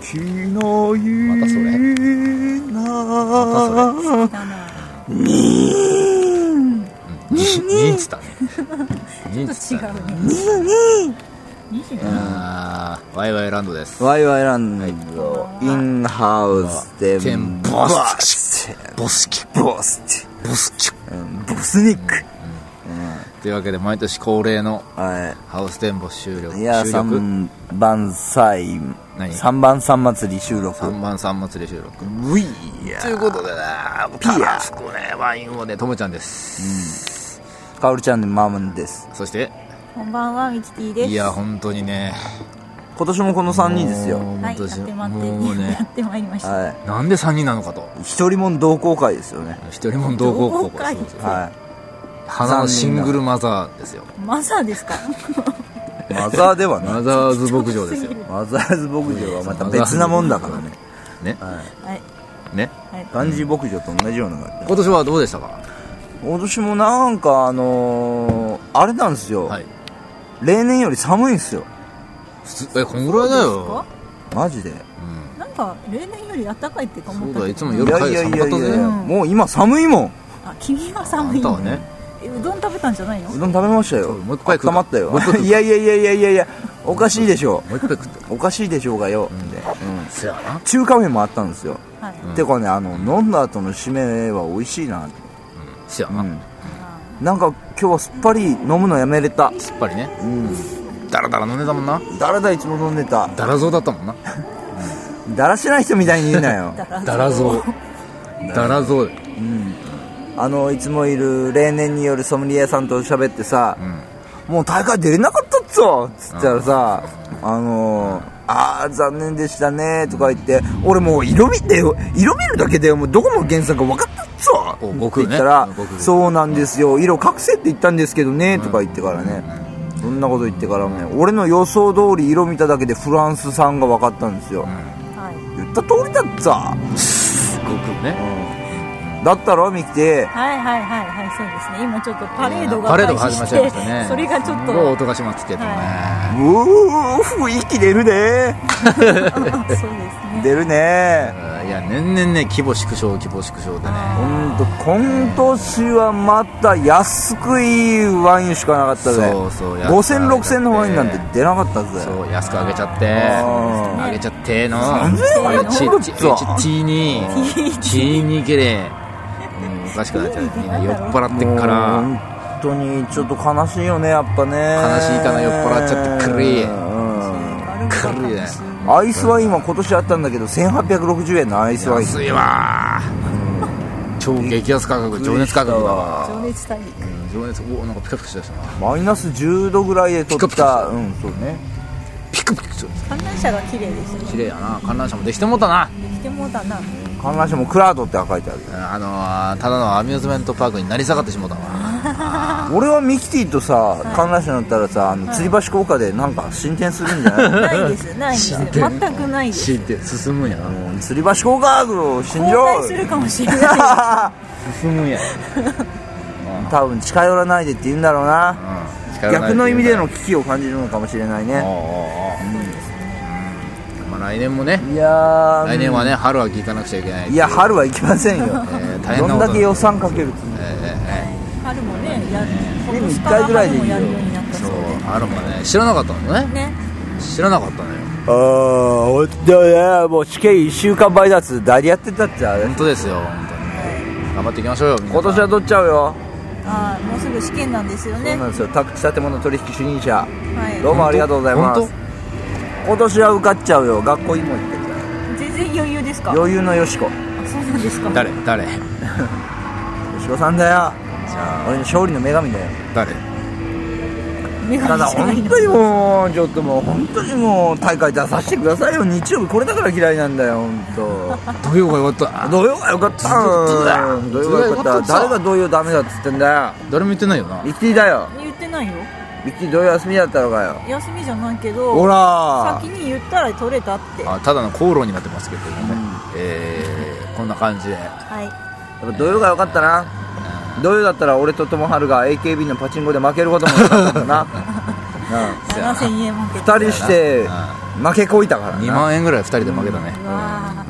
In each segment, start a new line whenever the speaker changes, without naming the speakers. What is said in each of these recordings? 秋の夕
またそれ
な
だな
に
うんににっつったねにっつ
ちょ
っ
っ
た
と違う
ね
ね
あーワイワイランドです
ワイワイランドインハウスで
で
ボス
ボスキュ
ボス
ボスキュ
うんボスニック
というわけで毎年恒例の
は
ハウステンボス収録
いいや
収録
3番祭
何
3番3祭り収録
三番三祭り収録
ウィー
ということでね
ピア
タラスコねワインをねともちゃんです、
カオルちゃんでマムンです
そして
こんばんはミキティです
いや本当にね
今年もこの3人ですよ
もう
はいや
本
っ
当に
てまって
もう
や
ね
ってまいりました
は
なんで3人なのかと
い一人も同好会ですよね
一人も同好
同
校
好会
そうそう
は
花のシングルマザーですよ
マサですか
いマザーではない
マザーズ牧場ですよ
マザーズ牧場はまた別なもんだからね
ね
はい
ね
はい
ガンジー牧場と同じような感じ
今年はどうでしたか
今年もなんかあのー、あれなんですよ、
はい
例年より寒いんですよ
普通えこんぐらいだよ
マジで
うん
なんか例年より暖かいってか思った
そうだいつも
い
夜
やいやいやいや
寒かった
い
ぜ
やもう今寒いもん
あ君は
あ
寒い
んた
の
はね
えうどん食べたんじゃない
う
の
どん食べましたよ
もう一回食う
温まったよ
もう一回 食う
いやいやいやいやいやいやおかしいでしょ
もう一回食って
うおかしいでしょうがよ、でうん
せやな
中華麺もあったんですよ、
はい
ん
てかねあの飲んだ後の締めは美味しいな、
せや
う、
なん
なんか今日はすっぱり飲むのやめれた
すっぱりね
うん
ダラダラ飲んでたもんな
だらだいつも飲んでた
ダラゾウだったもんな
だらしない人みたいに言うなよ
ダラゾウダラゾウ
あのいつもいる例年によるソムリエさんと喋ってさ、
ん
もう大会出れなかったっつよつったらさ、あのーあー残念でしたねとか言って、俺もう色見てよ色見るだけでもうどこの原作か分かったっつよ
お悟空ね
って言ったら、
うん悟空
そうなんですよ色隠せって言ったんですけどねとか言ってからね、そんなこと言ってからね俺の予想通り色見ただけでフランス産が分かったんですよ、
はい
言った通りだっつぁ
悟空ね
だったろミキティ
はいはいはいはいそうですね今ちょっとパレードが
パレードが
開
始
始
まっ
し
ちゃい
て
ましたね
それがちょっ
すごい
と
音がしますけどね
うお雰囲気出るね
あそうですね
出るね
うんいや年々ね規模縮小規模縮小でね
ほんと今年はまた安くいいワインしかなかったぜ
そうそう
50006000のワインなんて出なかったぜ
そう安くあげちゃって
あー
あげちゃっての
円
ち
の
ちち T2 T2 けれうんおかしくなっちゃうみんな酔っ払ってっか
もう
ら
本当にちょっと悲しいよねやっぱね
悲しいかな酔っ払っちゃってくれ
うん
軽いね
アイスワインは今年あったんだけど1860円のアイスワイン
安いわー超激安価格情熱価格だわ
情熱大陸
うん情熱おなんかピカピカしだしたな
マイナス10度ぐらいで取
ピカ
っ
ピカ
たうんそうね
ピクピクしとる
観覧車が綺麗です
綺
ね
麗やな観覧車もできてもうたな
来てもうたな
観覧車もクラードって書いてある
うんあのーただのアミューズメントパークになり下がってしもうたわ
俺はミキティとさ観覧車乗ったらさあの吊り橋効果でなんか進展するんじゃない の
ないですないです全くないです
知って進むんやな
もう吊り橋効果を 信
後
じよ
悔する
う
かもしれない
進むんや
多分近寄らないでって言うんだろうな逆の意味での危機を感じるのかもしれない
おうお
ね
うおうまあ来年もね
いやー
来年はね春は聞かなくちゃいけない
いや春は行きませんよ
えー大変
ど
なんこ
だ
と
け予算かけるつもり
えーえ
春もねやる
年に一
一
回ぐらいでいいよ
もやるようになっ
ー
た
そう
そうで
春もね知らなかったのね
ね
知らなかったのよ
ああほんとねもう試験1週間前だっつダリやってたっちゃ
本当ですよ本当に頑張っていきましょうよ
今年は取っちゃうよ
あーもうすぐ試験なんですよ
そ
ね
うなんですよ宅地建物取引主任者
はい
どうもありがとうございます
本
今年は受かっちゃうよ学校にも行ってるか
全然余裕ですから
余裕のよしこよ
あそうなんですか
当誰誰
しこさんだよ俺の勝利の女神だよ
誰
目
た
が
だ
見えない
本
の
当にもうちょっともう本当にもう大会出させてくださいよ日曜日これだから嫌いなんだよ本
土曜がよかった
当。土曜がよかった
うん
土曜がよかった誰が土曜ダメだっつってんだ
誰も言ってないよな
よミッキーだよ
言ってないよ
ミッキー土曜休みだったのかよ
休みじゃないけ
ほ
ど
ら
先に言ったら取れたっては
あただの口論になってますけどね、えーこんな感じで
い
やっぱ土曜がよかったな 土曜だったら俺と友春が AKB のパチンコで負けることもなかったもんな
7000円負けた
二人して負けこいたからな
2万円ぐらい2人で負けたね、
う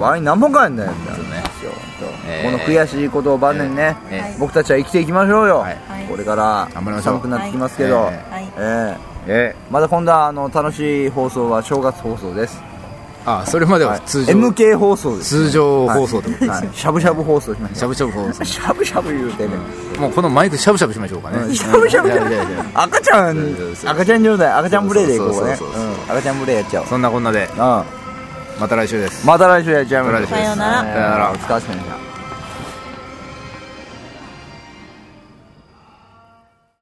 わ
ワイン何本かやんだよみたいな
そうね
ですよ本当
えー
この悔しいことをバネにね、
えー
はい
僕たちは生きていきましょうよ、
はい
これから
頑張りましょう
寒くなってきますけど、
はい
はい
え
ええ
ーまた今度はあの楽しい放送は正月放送です、
あそれまでは通常、
MK 放送です
通常放送ってことです
は
ね、
いしゃぶしゃぶ放送しまし
しゃぶしゃぶ放送
たしゃぶしゃぶ言うてね、
もうこのマイクしゃぶしゃぶしましょうかね、
うんしゃぶしゃぶ
いやいやいや
赤ちゃん
そうそうそう
赤ちゃん状態赤ちゃんブレーでいこうね
そうそうそうそう
うん赤ちゃんブレーやっちゃおう、
そんなこんなで
うん
また来週です
また来週やっちゃいましょう
また来週です
さような
え
ら
ー
さようなら
お疲れ様でした